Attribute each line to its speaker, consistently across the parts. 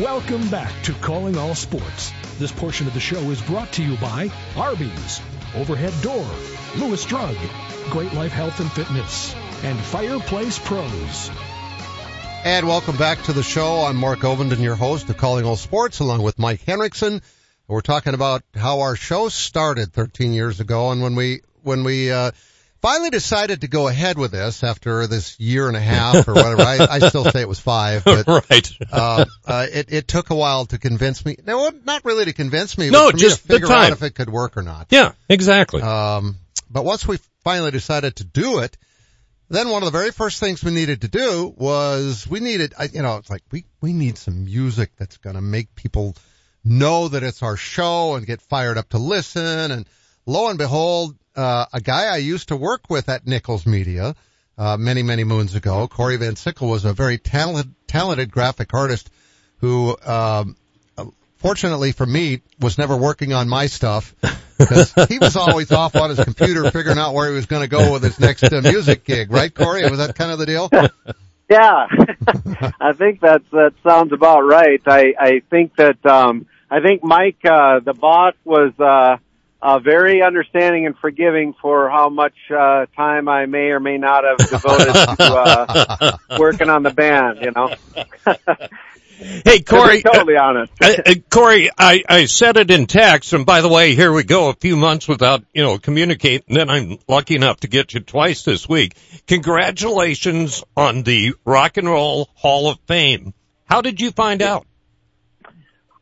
Speaker 1: Welcome back to Calling All Sports. This portion of the show is brought to you by Arby's, Overhead Door, Lewis Drug, Great Life Health and Fitness, and Fireplace Pros.
Speaker 2: And welcome back to the show. I'm Mark Ovenden, your host of Calling All Sports, along with Mike Henriksen. We're talking about how our show started 13 years ago, and when we when we uh, finally decided to go ahead with this after this year and a half or whatever. I, I still say it was five, but
Speaker 3: right.
Speaker 2: uh, uh, it, it took a while to convince me. No, not really to convince me.
Speaker 3: No,
Speaker 2: but for
Speaker 3: just
Speaker 2: me to
Speaker 3: the
Speaker 2: figure out
Speaker 3: time.
Speaker 2: if it could work or not.
Speaker 3: Yeah, exactly.
Speaker 2: Um, but once we finally decided to do it, then one of the very first things we needed to do was we needed, I, you know, it's like we, we need some music that's going to make people know that it's our show and get fired up to listen. And lo and behold, uh, a guy I used to work with at Nichols Media, uh, many, many moons ago, Corey Van Sickle was a very talented, talented graphic artist who, um, fortunately for me, was never working on my stuff because he was always off on his computer figuring out where he was going to go with his next uh, music gig, right, Corey? Was that kind of the deal?
Speaker 4: Yeah, I think that that sounds about right. I I think that um I think Mike uh, the boss was uh, uh very understanding and forgiving for how much uh time I may or may not have devoted to uh working on the band. You know,
Speaker 3: hey, Corey.
Speaker 4: To be totally honest.
Speaker 3: uh, uh, Corey, I, I said it in text, and by the way, here we go, a few months without, you know, communicating, and then I'm lucky enough to get you twice this week. Congratulations on the Rock and Roll Hall of Fame. How did you find out?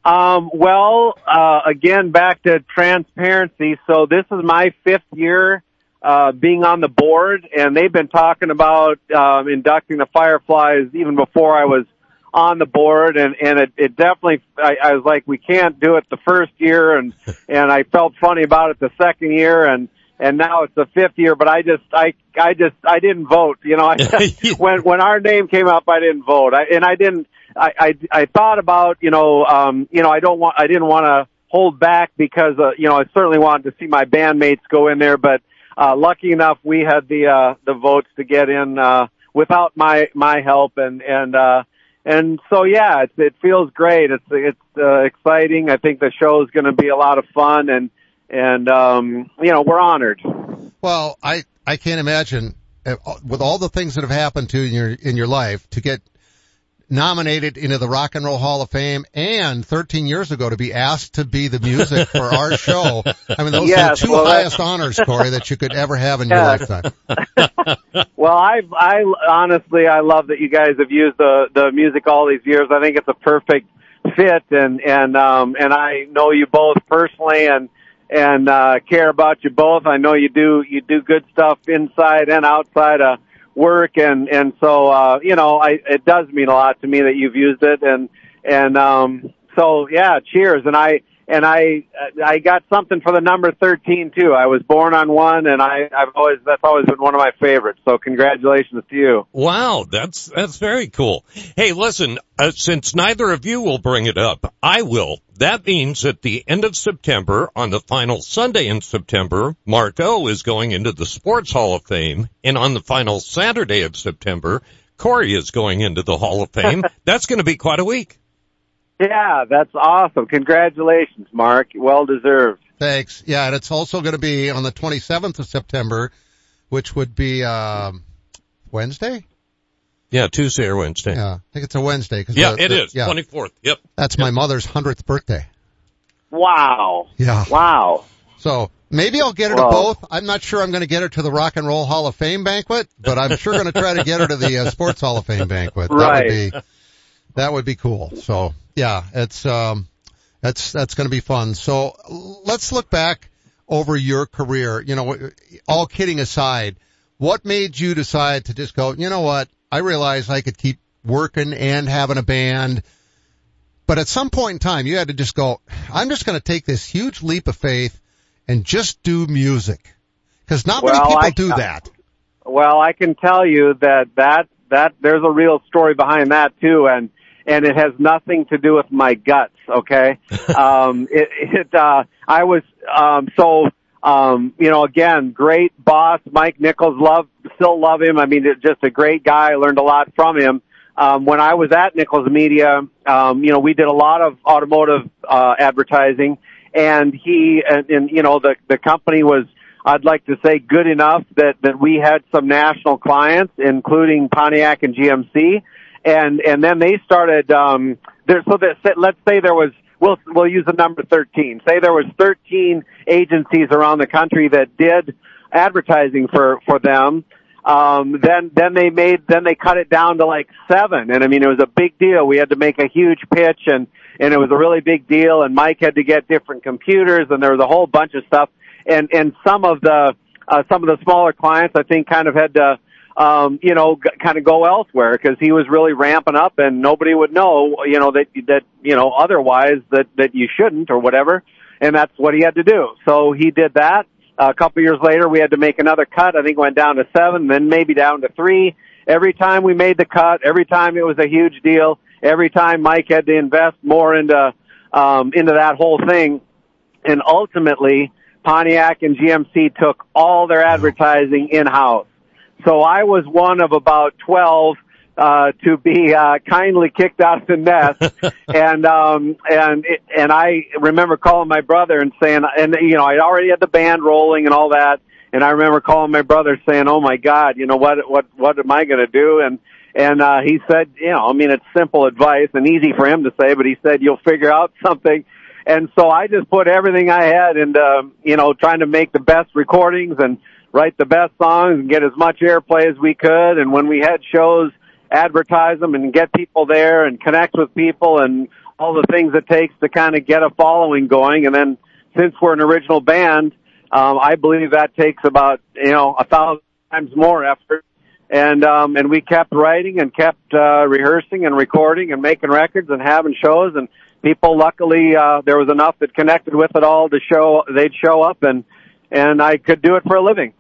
Speaker 4: Um, well, uh, again, back to transparency. So this is my fifth year uh, being on the board, and they've been talking about um, inducting the Fireflies even before I was on the board, and and it, it definitely. I, I was like, we can't do it the first year, and and I felt funny about it the second year, and and now it's the fifth year. But I just, I, I just, I didn't vote. You know, I, when when our name came up, I didn't vote, I, and I didn't. I, I I thought about you know um you know I don't want I didn't want to hold back because uh, you know I certainly wanted to see my bandmates go in there, but uh, lucky enough we had the uh, the votes to get in uh, without my my help and and uh, and so yeah it, it feels great it's it's uh, exciting I think the show is going to be a lot of fun and and um, you know we're honored.
Speaker 2: Well, I, I can't imagine uh, with all the things that have happened to you in your, in your life to get nominated into the Rock and Roll Hall of Fame and 13 years ago to be asked to be the music for our show. I mean, those are the
Speaker 4: Yes,
Speaker 2: two
Speaker 4: well, that-
Speaker 2: highest honors, Corey, that you could ever have in your
Speaker 4: Yeah.
Speaker 2: lifetime.
Speaker 4: Well, I I honestly I love that you guys have used the the music all these years. I think it's a perfect fit, and and um and I know you both personally, and and uh, care about you both. I know you do you do good stuff inside and outside of work, and and so uh, you know I it does mean a lot to me that you've used it, and and um so yeah, cheers, and I. And I, I got something for the number thirteen too. I was born on one, and I, I've always that's always been one of my favorites. So congratulations to you.
Speaker 3: Wow, that's, that's very cool. Hey, listen, uh, since neither of you will bring it up, I will. That means at the end of September, on the final Sunday in September, Mark O is going into the Sports Hall of Fame, and on the final Saturday of September, Corey is going into the Hall of Fame. that's going to be quite a week.
Speaker 4: Yeah, that's awesome. Congratulations, Mark. Well deserved.
Speaker 2: Thanks. Yeah, and it's also going to be on the 27th of September, which would be um, Wednesday.
Speaker 3: Yeah, Tuesday or Wednesday.
Speaker 2: Yeah, I think it's a Wednesday. Cause
Speaker 3: Yeah,
Speaker 2: the-
Speaker 3: it
Speaker 2: the-
Speaker 3: is.
Speaker 2: Yeah,
Speaker 3: 24th. Yep.
Speaker 2: that's my mother's hundredth birthday.
Speaker 4: Wow.
Speaker 2: Yeah.
Speaker 4: Wow.
Speaker 2: So maybe I'll get her
Speaker 4: Wow.
Speaker 2: to both. I'm not sure I'm going to get her to the Rock and Roll Hall of Fame banquet, but I'm sure going to try to get her to the uh, Sports Hall of Fame banquet. That
Speaker 4: Right.
Speaker 2: would be that would be cool. So yeah, it's um, that's that's going to be fun. So l- let's look back over your career. You know, all kidding aside, what made you decide to just go? You know what? I realized I could keep working and having a band. But at some point in time, you had to just go, I'm just going to take this huge leap of faith and just do music. Cause not many
Speaker 4: Well,
Speaker 2: people
Speaker 4: I- uh,
Speaker 2: do that.
Speaker 4: Well, I can tell you that that that there's a real story behind that too, and and it has nothing to do with my guts. Okay, um, it, it uh, I was um, so um, you know again great boss Mike Nichols love still love him. I mean, just a great guy. I learned a lot from him. um, when I was at Nichols Media, um, you know, we did a lot of automotive uh, advertising, and he and, and you know the the company was I'd like to say good enough that that we had some national clients, including Pontiac and GMC, and and then they started um, there. So that let's say there was we'll we'll use the number thirteen. Say there was thirteen agencies around the country that did advertising for for them um, then then they made then they cut it down to like seven, and I mean it was a big deal. We had to make a huge pitch, and and it was a really big deal. And Mike had to get different computers, and there was a whole bunch of stuff. And and some of the uh, some of the smaller clients, I think, kind of had to um, you know g- kind of go elsewhere because he was really ramping up, and nobody would know you know that that you know otherwise that that you shouldn't or whatever. And that's what he had to do. So he did that a couple years later, we had to make another cut. I think it went down to seven, then maybe down to three. Every time we made the cut, every time it was a huge deal. Every time Mike had to invest more into um, into that whole thing, and ultimately Pontiac and GMC took all their advertising in house. So I was one of about twelve uh, to be uh, kindly kicked out of the nest. and um, and it, and I remember calling my brother and saying, and you know, I'd already had the band rolling and all that. And I remember calling my brother saying, "Oh my God, you know what what what am I going to do?" And and uh, he said, you know, I mean, it's simple advice and easy for him to say, but he said, "You'll figure out something." And so I just put everything I had into, um, you know, trying to make the best recordings and write the best songs and get as much airplay as we could. And when we had shows, advertise them and get people there and connect with people and all the things it takes to kind of get a following going. And then since we're an original band, um, I believe that takes about, you know, a thousand times more effort. And, um, and we kept writing and kept, uh, rehearsing and recording and making records and having shows and people luckily, uh, there was enough that connected with it all to show, they'd show up and, and I could do it for a living.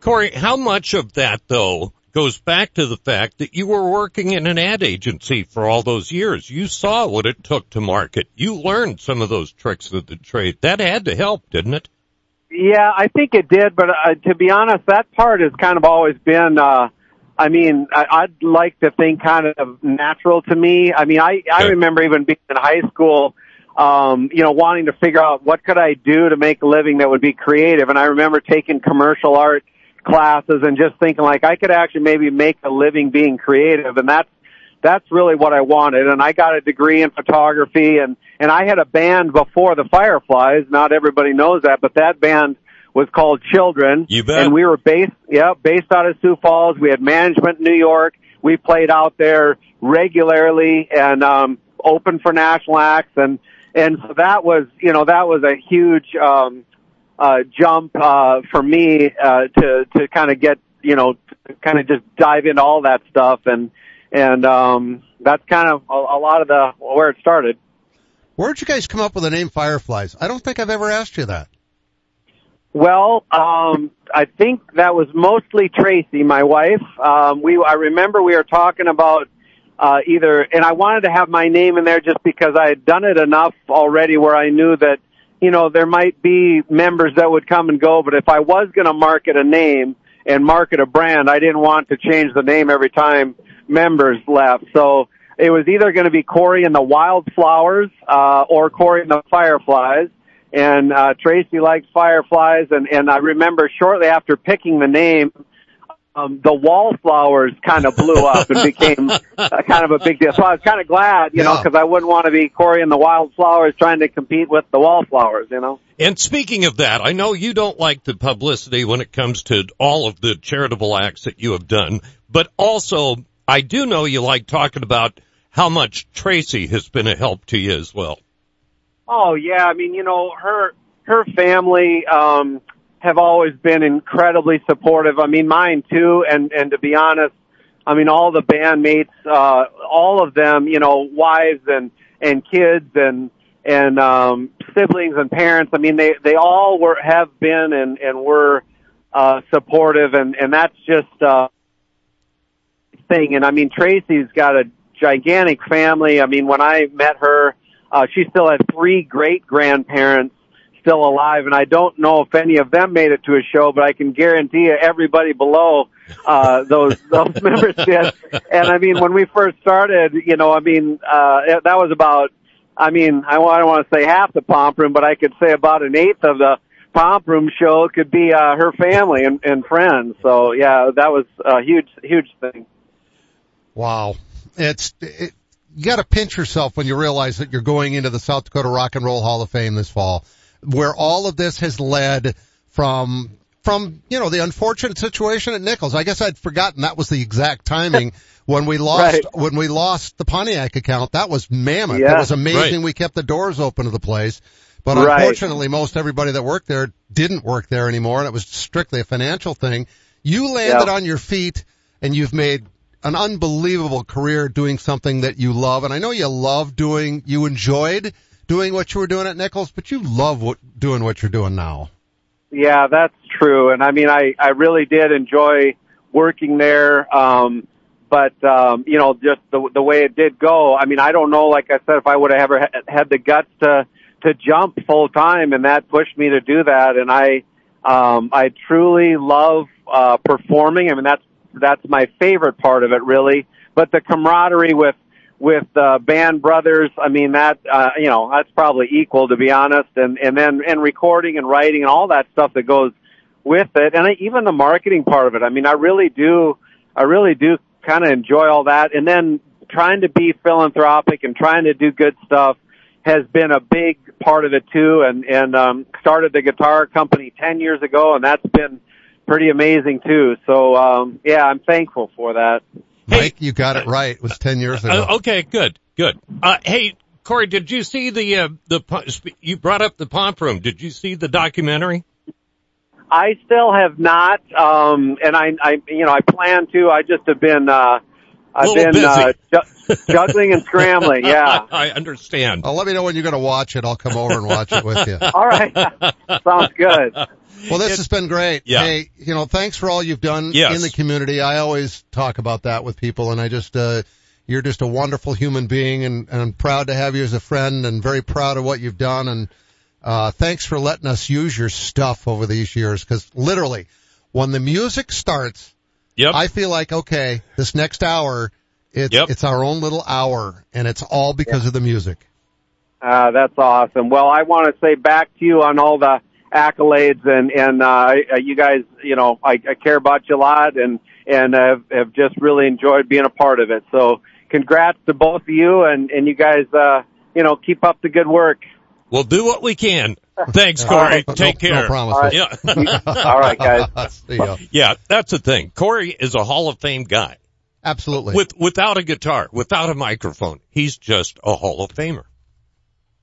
Speaker 3: Corey, how much of that though goes back to the fact that you were working in an ad agency for all those years. You saw what it took to market. You learned some of those tricks of the trade. That had to help, didn't it?
Speaker 4: Yeah, I think it did, but uh, to be honest, that part has kind of always been, uh, I mean, I, I'd like to think kind of natural to me. I mean, I, I
Speaker 3: Okay.
Speaker 4: remember even being in high school, um, you know, wanting to figure out what could I do to make a living that would be creative. And I remember taking commercial art classes and just thinking like I could actually maybe make a living being creative and that's that's really what I wanted and I got a degree in photography and and I had a band before the Fireflies not everybody knows that but that band was called Children
Speaker 3: You bet.
Speaker 4: and we were based yeah based out of Sioux Falls we had management in New York we played out there regularly and um open for national acts and and so that was you know that was a huge um uh, jump uh, for me uh, to to kind of get you know kind of just dive into all that stuff and and um, that's kind of a, a lot of the where it started.
Speaker 2: Where'd you guys come up with the name Fireflies? I don't think I've ever asked you that.
Speaker 4: Well, um, I think that was mostly Tracy, my wife. Um, we I remember we were talking about uh, either, and I wanted to have my name in there just because I had done it enough already, where I knew that you know there might be members that would come and go, but if I was going to market a name and market a brand, I didn't want to change the name every time members left. So it was either going to be Corey and the Wildflowers uh, or Corey and the Fireflies and uh, Tracy liked fireflies, and and I remember shortly after picking the name, um, the wallflowers kind of blew up and became uh, kind of a big deal. So I was kind of glad, you know,
Speaker 2: Yeah.
Speaker 4: 'cause I wouldn't want to be Corey and the wildflowers trying to compete with the wallflowers, you know.
Speaker 3: And speaking of that, I know you don't like the publicity when it comes to all of the charitable acts that you have done, but also I do know you like talking about how much Tracy has been a help to you as well.
Speaker 4: Oh yeah, I mean, you know, her her family um have always been incredibly supportive. I mean, mine too, and and to be honest, I mean, all the bandmates, uh all of them, you know, wives and and kids and and um siblings and parents. I mean, they they all were have been and and were uh supportive and and that's just uh thing. And I mean, Tracy's got a gigantic family. I mean, when I met her, uh, she still had three great grandparents still alive. And I don't know if any of them made it to a show, but I can guarantee you everybody below uh, those those members did. And I mean, when we first started, you know, I mean, uh, it- that was about, I mean, I, wa- I don't want to say half the pomp room, but I could say about an eighth of the pomp room show could be uh, her family and, and friends. So yeah, that was a huge huge thing.
Speaker 2: Wow. It's it, you got to pinch yourself when you realize that you're going into the South Dakota Rock and Roll Hall of Fame this fall, where all of this has led from from you know the unfortunate situation at Nichols. I guess I'd forgotten that was the exact timing when we lost
Speaker 4: Right.
Speaker 2: when we lost the Pontiac account. That was mammoth. It
Speaker 4: Yeah.
Speaker 2: was amazing.
Speaker 3: Right.
Speaker 2: We kept the doors open to the place. But
Speaker 4: Right.
Speaker 2: unfortunately, most everybody that worked there didn't work there anymore, and it was strictly a financial thing. You landed
Speaker 4: Yeah.
Speaker 2: on your feet, and you've made an unbelievable career doing something that you love. And I know you love doing, you enjoyed doing what you were doing at Nichols, but you love what, doing what you're doing now.
Speaker 4: Yeah, that's true. And I mean, I, I really did enjoy working there. Um, but, um, you know, just the, the way it did go, I mean, I don't know, like I said, if I would have ever ha- had the guts to, to jump full time and that pushed me to do that. And I, um, I truly love, uh, performing. I mean, that's, that's my favorite part of it really. But the camaraderie with, with uh, band brothers i mean that uh, you know that's probably equal to be honest and and then and recording and writing and all that stuff that goes with it and I, even the marketing part of it i mean i really do i really do kind of enjoy all that and then trying to be philanthropic and trying to do good stuff has been a big part of it too and and um started the guitar company 10 years ago and that's been pretty amazing too so um yeah i'm thankful for that
Speaker 3: Hey.
Speaker 2: Mike, you got it right. It was 10 years ago.
Speaker 3: Uh, okay, good, good. Uh, hey, Corey, did you see the uh, the po- sp- you brought up the pomp room? Did you see the documentary?
Speaker 4: I still have not, um, and I, I, you know, I plan to. I just have been, uh, I've
Speaker 3: Little
Speaker 4: been uh, ju- juggling and scrambling. Yeah.
Speaker 3: I understand.
Speaker 2: Well, let me know when you're going to watch it. I'll come over and watch it with you.
Speaker 4: All right. Sounds good.
Speaker 2: Well, this has been great.
Speaker 3: Yeah.
Speaker 2: Hey, you know, thanks for all you've done
Speaker 3: Yes.
Speaker 2: in the community. I always talk about that with people and I just, uh, you're just a wonderful human being and, and I'm proud to have you as a friend and very proud of what you've done. And, uh, thanks for letting us use your stuff over these years. Cause literally when the music starts,
Speaker 3: Yep.
Speaker 2: I feel like, okay, this next hour, it's,
Speaker 3: Yep.
Speaker 2: it's our own little hour and it's all because of the music.
Speaker 4: Uh, that's awesome. Well, I want to say back to you on all the accolades and and uh, I- you guys, you know, I, I care about you a lot and and have, have just really enjoyed being a part of it. So, congrats to both of you and and you guys, uh, you know, keep up the good work.
Speaker 3: we'll do what we can. Thanks, Corey.
Speaker 2: Uh, No-
Speaker 3: Take
Speaker 2: no
Speaker 3: care.
Speaker 2: promises.
Speaker 4: All right.
Speaker 3: Yeah.
Speaker 4: all right, guys.
Speaker 2: See ya.
Speaker 3: yeah, that's the thing. Corey is a Hall of Fame guy.
Speaker 2: Absolutely.
Speaker 3: With without a guitar, without a microphone, he's just a Hall of Famer.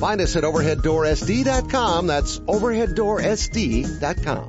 Speaker 2: Find us at overheaddoorsd.com. That's overheaddoorsd.com.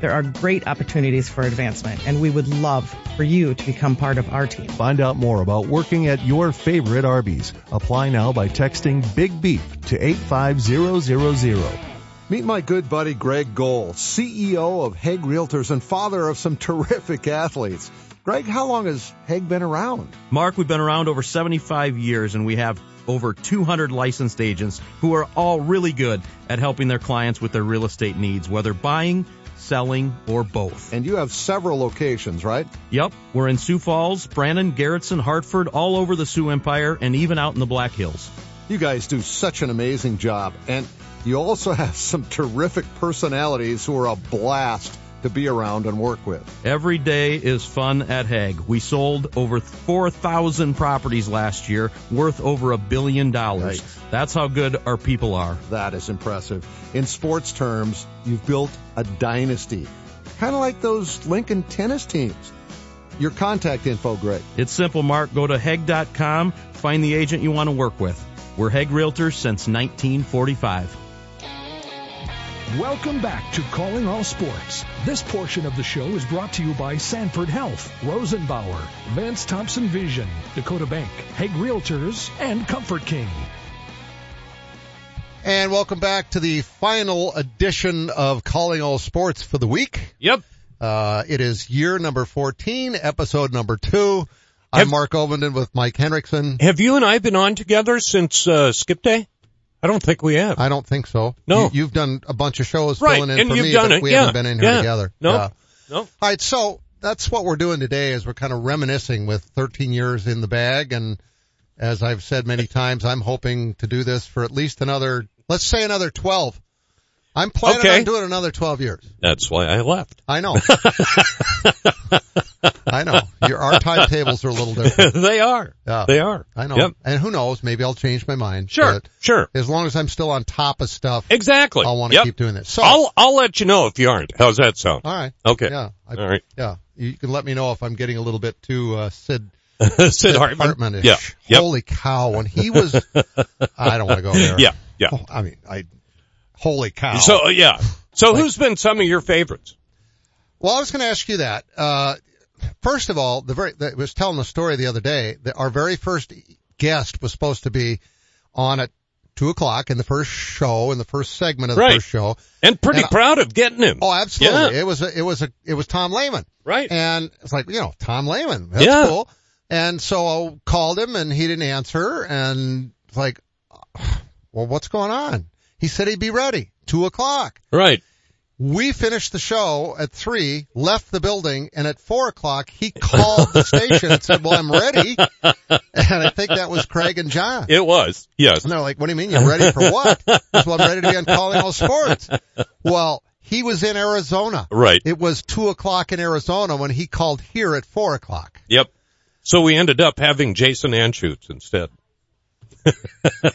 Speaker 5: There are great opportunities for advancement, and we would love for you to become part of our team.
Speaker 6: Find out more about working at your favorite Arby's. Apply now by texting Big Beef to 85000.
Speaker 7: Meet my good buddy Greg Gold, CEO of Haig Realtors and father of some terrific athletes. Greg, how long has Haig been around?
Speaker 8: Mark, we've been around over 75 years and we have over 200 licensed agents who are all really good at helping their clients with their real estate needs, whether buying, selling, or both.
Speaker 7: And you have several locations, right?
Speaker 8: Yep, we're in Sioux Falls, Brandon, Garrettson, Hartford, all over the Sioux Empire, and even out in the Black Hills.
Speaker 7: You guys do such an amazing job, and you also have some terrific personalities who are a blast to be around and work with.
Speaker 8: Every day is fun at Hague. We sold over 4,000 properties last year, worth over a billion dollars.
Speaker 7: Yikes.
Speaker 8: That's how good our people are.
Speaker 7: That is impressive. In sports terms, you've built a dynasty, kind of like those Lincoln tennis teams. Your contact info, Greg.
Speaker 8: It's simple, Mark. Go to Heg.com, find the agent you want to work with. We're Heg Realtors since 1945.
Speaker 1: Welcome back to Calling All Sports. This portion of the show is brought to you by Sanford Health, Rosenbauer, Vance Thompson Vision, Dakota Bank, Hague Realtors, and Comfort King.
Speaker 2: And welcome back to the final edition of Calling All Sports for the week.
Speaker 3: Yep.
Speaker 2: Uh, it is year number 14, episode number two. I'm
Speaker 3: Have-
Speaker 2: Mark Ovenden with Mike Hendrickson.
Speaker 3: Have you and I been on together since uh, Skip Day? I don't think we have.
Speaker 2: I don't think so.
Speaker 3: No.
Speaker 2: You, have done a bunch of shows
Speaker 3: right,
Speaker 2: filling in
Speaker 3: and
Speaker 2: for
Speaker 3: you've
Speaker 2: me,
Speaker 3: done
Speaker 2: but
Speaker 3: it.
Speaker 2: we
Speaker 3: yeah.
Speaker 2: haven't been in here
Speaker 3: yeah.
Speaker 2: together.
Speaker 3: No,
Speaker 2: Yeah.
Speaker 3: no.
Speaker 2: All right, so that's what we're doing today is we're kind of reminiscing with 13 years in the bag and as I've said many times, I'm hoping to do this for at least another, let's say another 12. I'm planning
Speaker 3: Okay.
Speaker 2: on doing another 12 years.
Speaker 3: That's why I left.
Speaker 2: I know. I know. Your, our timetables are a little different.
Speaker 3: they are.
Speaker 2: Yeah.
Speaker 3: They are.
Speaker 2: I know.
Speaker 3: Yep.
Speaker 2: And who knows, maybe I'll change my mind.
Speaker 3: Sure.
Speaker 2: But
Speaker 3: Sure.
Speaker 2: as long as I'm still on top of stuff,
Speaker 3: Exactly.
Speaker 2: I'll want to
Speaker 3: yep.
Speaker 2: keep doing this. So,
Speaker 3: I'll I'll let you know if you aren't. How's that sound?
Speaker 2: all right.
Speaker 3: Okay.
Speaker 2: Yeah. I-
Speaker 3: All right.
Speaker 2: Yeah. You can let me know if I'm getting a little bit too, uh, Sid
Speaker 3: Sid Hartman.
Speaker 2: Hartman-ish.
Speaker 3: Yeah. Yep.
Speaker 2: Holy cow. When he was, I don't want to go there.
Speaker 3: Yeah. Yeah.
Speaker 2: Oh, I mean, I, holy cow.
Speaker 3: So uh, yeah. So who's been some of your favorites?
Speaker 2: well, I was going to ask you that. Uh, first of all, the very, the, I was telling the story the other day that our very first guest was supposed to be on at two o'clock in the first show, in the first segment of the
Speaker 3: Right.
Speaker 2: first show.
Speaker 3: And pretty
Speaker 2: And I-
Speaker 3: proud of getting him.
Speaker 2: Oh, absolutely.
Speaker 3: Yeah.
Speaker 2: It was, a, it was a, it was Tom Lehman.
Speaker 3: Right.
Speaker 2: And it's like, you know, Tom Lehman. That's
Speaker 3: Yeah.
Speaker 2: cool. And so I called him and he didn't answer and it's like, well, what's going on? He said he'd be ready. Two o'clock.
Speaker 3: Right.
Speaker 2: We finished the show at three, left the building, and at four o'clock he called the station and said, well, I'm ready. And I think that was Craig and John.
Speaker 3: It was. Yes.
Speaker 2: And they're like, what do you mean you're ready for what? I said, well, I'm ready to be on calling all sports. Well, he was in Arizona.
Speaker 3: Right.
Speaker 2: It was two o'clock in Arizona when he called here at four o'clock.
Speaker 3: Yep. So we ended up having Jason Anschutz instead.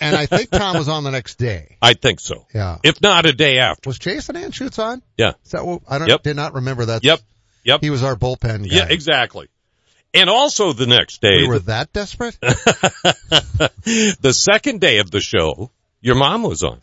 Speaker 2: And I think Tom was on the next day.
Speaker 3: I think so.
Speaker 2: Yeah.
Speaker 3: If not a day after.
Speaker 2: Was Jason Anschutz on?
Speaker 3: Yeah.
Speaker 2: Is that what, I don't,
Speaker 3: Yep.
Speaker 2: did not remember that.
Speaker 3: Yep. Yep.
Speaker 2: He was our bullpen guy.
Speaker 3: yeah, exactly. And also the next day,
Speaker 2: We were that desperate?
Speaker 3: the second day of the show, your mom was on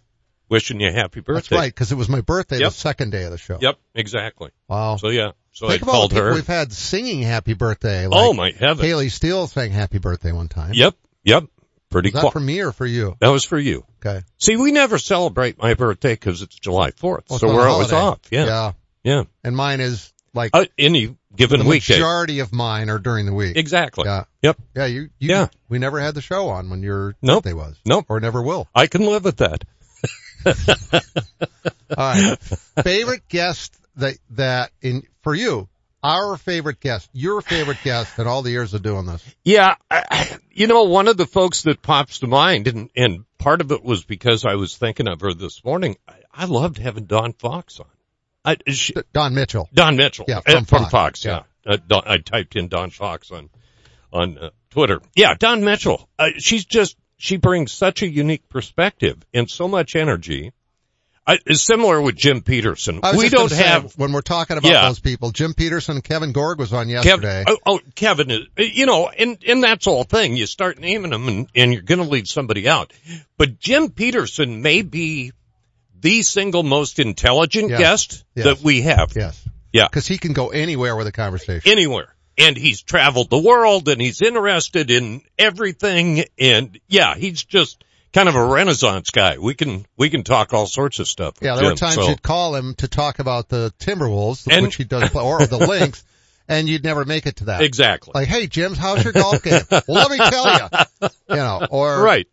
Speaker 3: wishing you a happy
Speaker 2: That's
Speaker 3: birthday.
Speaker 2: right, because it was my birthday
Speaker 3: Yep.
Speaker 2: the second day of the show.
Speaker 3: Yep. Exactly.
Speaker 2: Wow.
Speaker 3: So yeah. So
Speaker 2: Think
Speaker 3: I
Speaker 2: of all
Speaker 3: called
Speaker 2: the people
Speaker 3: her.
Speaker 2: we've had singing happy birthday. Like
Speaker 3: oh my heaven.
Speaker 2: Haley Steele sang happy birthday one time.
Speaker 3: Yep. Yep. Pretty
Speaker 2: Was that
Speaker 3: cool.
Speaker 2: for me or for you?
Speaker 3: that was for you.
Speaker 2: Okay.
Speaker 3: See, we never celebrate my birthday because it's July 4th,
Speaker 2: Well, it's
Speaker 3: so
Speaker 2: not a
Speaker 3: we're always
Speaker 2: holiday.
Speaker 3: off. Yeah.
Speaker 2: Yeah.
Speaker 3: Yeah.
Speaker 2: And mine is like
Speaker 3: Uh, any
Speaker 2: the
Speaker 3: given weekend.
Speaker 2: majority of mine are during the week.
Speaker 3: Exactly.
Speaker 2: Yeah.
Speaker 3: Yep.
Speaker 2: Yeah, you, you
Speaker 3: Yeah.
Speaker 2: we never had the show on when your
Speaker 3: Nope.
Speaker 2: birthday was.
Speaker 3: Nope.
Speaker 2: Or never will.
Speaker 3: I can live with that.
Speaker 2: All right. favorite guest that that in for you, our favorite guest, your favorite guest in all the years of doing this.
Speaker 3: Yeah, I, you know, one of the folks that pops to mind, and, and part of it was because I was thinking of her this morning. I, I loved having Don Fox on. I, she,
Speaker 2: Don Mitchell.
Speaker 3: Don Mitchell.
Speaker 2: Yeah,
Speaker 3: Uh,
Speaker 2: from Fox.
Speaker 3: yeah. Uh, Don, I typed in Don Fox on on uh, Twitter. Yeah, Don Mitchell. Uh, she's just she brings such a unique perspective and so much energy. I, it's similar with Jim Peterson.
Speaker 2: I was
Speaker 3: We
Speaker 2: just gonna
Speaker 3: don't
Speaker 2: say,
Speaker 3: have
Speaker 2: when we're talking about
Speaker 3: Yeah.
Speaker 2: those people. Jim Peterson, Kevin Gorg was on yesterday.
Speaker 3: Kevin. Oh, oh, Kevin is. You know, and and that's all thing. You start naming them, and and you're going to leave somebody out. But Jim Peterson may be the single most intelligent
Speaker 2: Yes.
Speaker 3: guest
Speaker 2: Yes.
Speaker 3: that we have.
Speaker 2: Yes,
Speaker 3: Yeah.
Speaker 2: because he can go anywhere with a conversation.
Speaker 3: anywhere. And he's traveled the world and he's interested in everything and yeah, he's just kind of a renaissance guy. We can, we can talk all sorts of stuff. with
Speaker 2: Yeah, there were
Speaker 3: him,
Speaker 2: times
Speaker 3: so-
Speaker 2: you'd call him to talk about the Timberwolves,
Speaker 3: And-
Speaker 2: which he does, play, or the Lynx, and you'd never make it to that.
Speaker 3: Exactly.
Speaker 2: Like, hey, Jim, how's your golf game? well, let me tell you. You know, or
Speaker 3: right.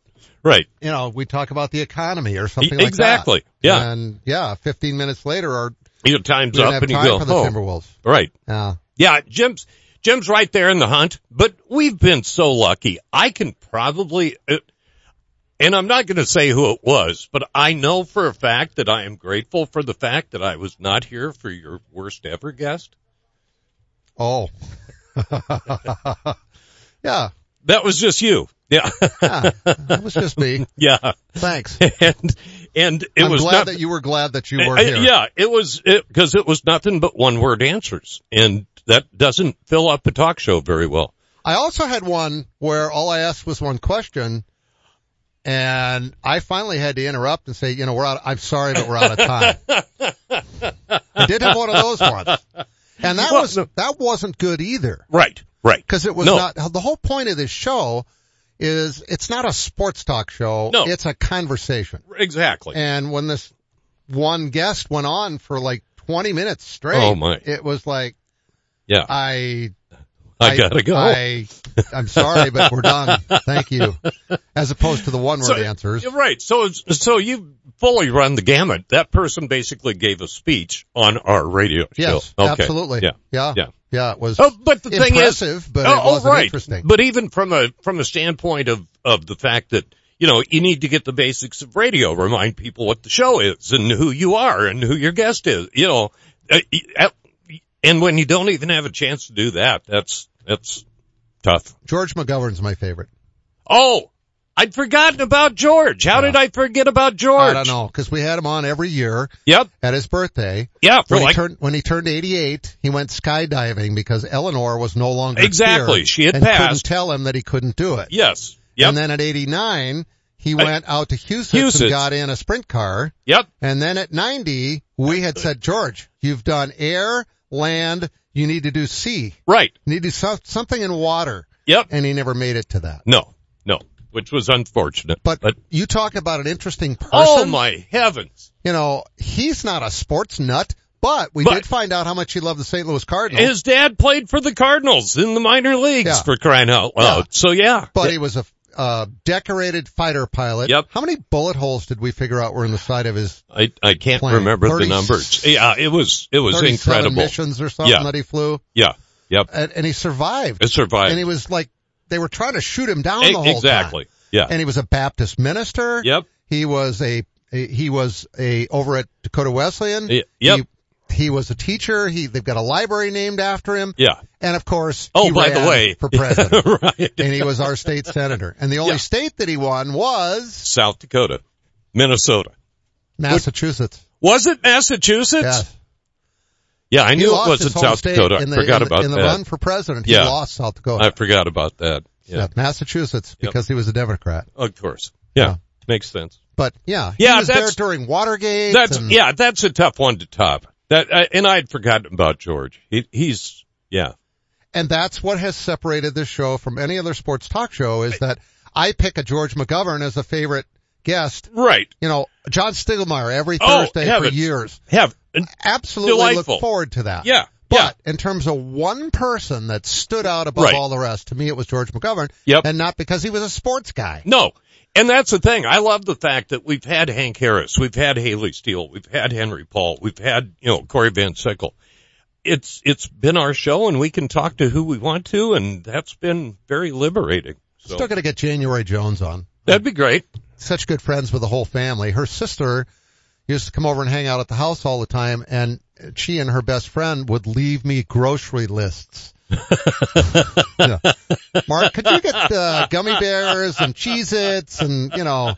Speaker 3: Right.
Speaker 2: you know, we talk about the economy or something
Speaker 3: E-
Speaker 2: like that.
Speaker 3: exactly. Yeah.
Speaker 2: And yeah, 15 minutes later, or
Speaker 3: Your time's
Speaker 2: we didn't
Speaker 3: up
Speaker 2: have
Speaker 3: and you
Speaker 2: time
Speaker 3: go,
Speaker 2: for the
Speaker 3: oh,
Speaker 2: Timberwolves.
Speaker 3: right.
Speaker 2: Yeah.
Speaker 3: Yeah, Jim's Jim's right there in the hunt, but we've been so lucky. I can probably, uh, and I'm not going to say who it was, but I know for a fact that I am grateful for the fact that I was not here for your worst ever guest.
Speaker 2: Oh. yeah.
Speaker 3: That was just you. Yeah,
Speaker 2: Yeah. That was just me.
Speaker 3: yeah,
Speaker 2: Thanks.
Speaker 3: and and it
Speaker 2: I'm
Speaker 3: was
Speaker 2: glad
Speaker 3: not,
Speaker 2: that you were glad that you were
Speaker 3: Uh,
Speaker 2: here.
Speaker 3: Yeah, it was because it, was nothing but one word answers, and that doesn't fill up a talk show very well.
Speaker 2: I also had one where all I asked was one question, and I finally had to interrupt and say, you know, we're out. I'm sorry, but we're out of time. I did have one of those ones, and that was that wasn't good either
Speaker 3: Right, right.
Speaker 2: because it was
Speaker 3: No.
Speaker 2: not. The whole point of this show is it's not a sports talk show.
Speaker 3: No.
Speaker 2: it's a conversation.
Speaker 3: exactly.
Speaker 2: And when this one guest went on for like 20 minutes straight,
Speaker 3: Oh, my.
Speaker 2: it was like
Speaker 3: yeah, I,
Speaker 2: I
Speaker 3: gotta go.
Speaker 2: I, I'm sorry, but we're done. Thank you. As opposed to the one word answers.
Speaker 3: You're Right. So, it's- so you fully run the gamut. That person basically gave a speech on our radio show.
Speaker 2: Yes,
Speaker 3: Okay.
Speaker 2: absolutely.
Speaker 3: Yeah.
Speaker 2: Yeah.
Speaker 3: Yeah.
Speaker 2: Yeah. It was
Speaker 3: Oh, but the thing is,
Speaker 2: impressive, but it
Speaker 3: oh,
Speaker 2: wasn't
Speaker 3: right.
Speaker 2: interesting.
Speaker 3: But even from a from a standpoint of of the fact that you know you need to get the basics of radio, remind people what the show is and who you are and who your guest is. You know, Uh, uh, and when you don't even have a chance to do that, that's that's tough.
Speaker 2: George McGovern's my favorite.
Speaker 3: Oh, I'd forgotten about George. How did I forget about George?
Speaker 2: I don't know because we had him on every year
Speaker 3: Yep.
Speaker 2: at his birthday.
Speaker 3: Yeah. For
Speaker 2: When he
Speaker 3: like
Speaker 2: turned when he turned 88, he went skydiving because Eleanor was no longer
Speaker 3: Exactly.
Speaker 2: here
Speaker 3: She had
Speaker 2: and couldn't
Speaker 3: passed.
Speaker 2: tell him that he couldn't do it.
Speaker 3: yes. Yep.
Speaker 2: And then at 89, he went out to Houston
Speaker 3: Houston.
Speaker 2: and got in a sprint car.
Speaker 3: yep.
Speaker 2: And then at 90, we had said, George, you've done air, land, you need to do sea,
Speaker 3: Right.
Speaker 2: you need to do so- something in water.
Speaker 3: Yep.
Speaker 2: And he never made it to that.
Speaker 3: No. No. Which was unfortunate.
Speaker 2: But, you talk about an interesting person.
Speaker 3: oh my heavens.
Speaker 2: You know, he's not a sports nut, but we
Speaker 3: But-
Speaker 2: did find out how much he loved the St. Louis Cardinals.
Speaker 3: His dad played for the Cardinals in the minor leagues
Speaker 2: Yeah.
Speaker 3: for crying out loud.
Speaker 2: Yeah.
Speaker 3: So yeah.
Speaker 2: but he was a uh, decorated fighter pilot.
Speaker 3: Yep.
Speaker 2: How many bullet holes did we figure out were in the side of his
Speaker 3: I, I can't
Speaker 2: Playing
Speaker 3: remember
Speaker 2: 30
Speaker 3: the numbers. Yeah, it was, it was
Speaker 2: 37
Speaker 3: incredible.
Speaker 2: missions or something
Speaker 3: Yeah.
Speaker 2: that he flew?
Speaker 3: Yeah. Yep.
Speaker 2: And, and he survived.
Speaker 3: It survived.
Speaker 2: and he was like, they were trying to shoot him down
Speaker 3: E-
Speaker 2: the whole
Speaker 3: exactly.
Speaker 2: time.
Speaker 3: Yeah.
Speaker 2: And he was a Baptist minister.
Speaker 3: Yep.
Speaker 2: He was a, a he was a over at Dakota Wesleyan.
Speaker 3: Y- yep.
Speaker 2: He, he was a teacher. He they've got a library named after him.
Speaker 3: yeah.
Speaker 2: And of course,
Speaker 3: Oh,
Speaker 2: he
Speaker 3: by the
Speaker 2: ran
Speaker 3: way.
Speaker 2: for president.
Speaker 3: right.
Speaker 2: and he was our state senator. And the only
Speaker 3: Yeah.
Speaker 2: state that he won was
Speaker 3: South Dakota, Minnesota.
Speaker 2: Massachusetts.
Speaker 3: Was it Massachusetts?
Speaker 2: Yes.
Speaker 3: Yeah, I
Speaker 2: He
Speaker 3: knew it
Speaker 2: lost
Speaker 3: was in
Speaker 2: his home
Speaker 3: South
Speaker 2: state
Speaker 3: Dakota.
Speaker 2: In the,
Speaker 3: I forgot
Speaker 2: in the,
Speaker 3: about
Speaker 2: in the
Speaker 3: that.
Speaker 2: run for president. He
Speaker 3: Yeah.
Speaker 2: lost South Dakota.
Speaker 3: I forgot about that. Yeah.
Speaker 2: Yeah, Massachusetts because he was a Democrat.
Speaker 3: Of course. Yeah.
Speaker 2: Yeah.
Speaker 3: Makes sense.
Speaker 2: But yeah,
Speaker 3: Yeah,
Speaker 2: he was there
Speaker 3: that's-
Speaker 2: during Watergate.
Speaker 3: That's
Speaker 2: and-
Speaker 3: yeah, that's a tough one to top. That I and I'd forgotten about George. He, he's yeah,
Speaker 2: And that's what has separated this show from any other sports talk show is that I pick a George McGovern as a favorite guest.
Speaker 3: right.
Speaker 2: You know, John Stiglmeyer every
Speaker 3: Oh,
Speaker 2: Thursday for
Speaker 3: heavens.
Speaker 2: years.
Speaker 3: Have
Speaker 2: Absolutely
Speaker 3: Delightful.
Speaker 2: look forward to that.
Speaker 3: yeah, yeah.
Speaker 2: But in terms of one person that stood out above
Speaker 3: Right.
Speaker 2: all the rest, to me it was George McGovern.
Speaker 3: Yep.
Speaker 2: And not because he was a sports guy.
Speaker 3: No. And that's the thing. I love the fact that we've had Hank Harris, we've had Haley Steele, we've had Henry Paul, we've had, you know, Corey Van Sickle. It's, it's been our show and we can talk to who we want to and that's been very liberating. So
Speaker 2: Still going to get January Jones on.
Speaker 3: that'd be great.
Speaker 2: Such good friends with the whole family. Her sister used to come over and hang out at the house all the time, and she and her best friend would leave me grocery lists. Yeah. Mark, could you get uh, gummy bears and Cheez-Its and, you know,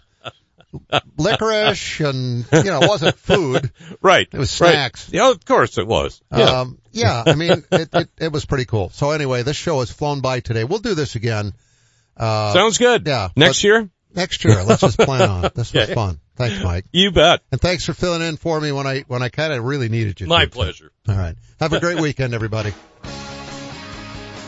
Speaker 2: licorice and, you know, it wasn't food.
Speaker 3: Right.
Speaker 2: It was
Speaker 3: right.
Speaker 2: snacks.
Speaker 3: Yeah, of course it was. Yeah.
Speaker 2: Um, yeah, I mean, it, it, it was pretty cool. So anyway, this show has flown by today. We'll do this again. Uh,
Speaker 3: Sounds good.
Speaker 2: yeah,
Speaker 3: Next year?
Speaker 2: next year. Let's just plan on it. This was
Speaker 3: Okay.
Speaker 2: fun. Thanks, Mike.
Speaker 3: You bet.
Speaker 2: And thanks for filling in for me when I, when I kind of really needed you.
Speaker 3: My
Speaker 2: to.
Speaker 3: pleasure.
Speaker 2: All right. Have a great weekend, everybody.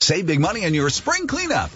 Speaker 9: Save big money on your spring cleanup.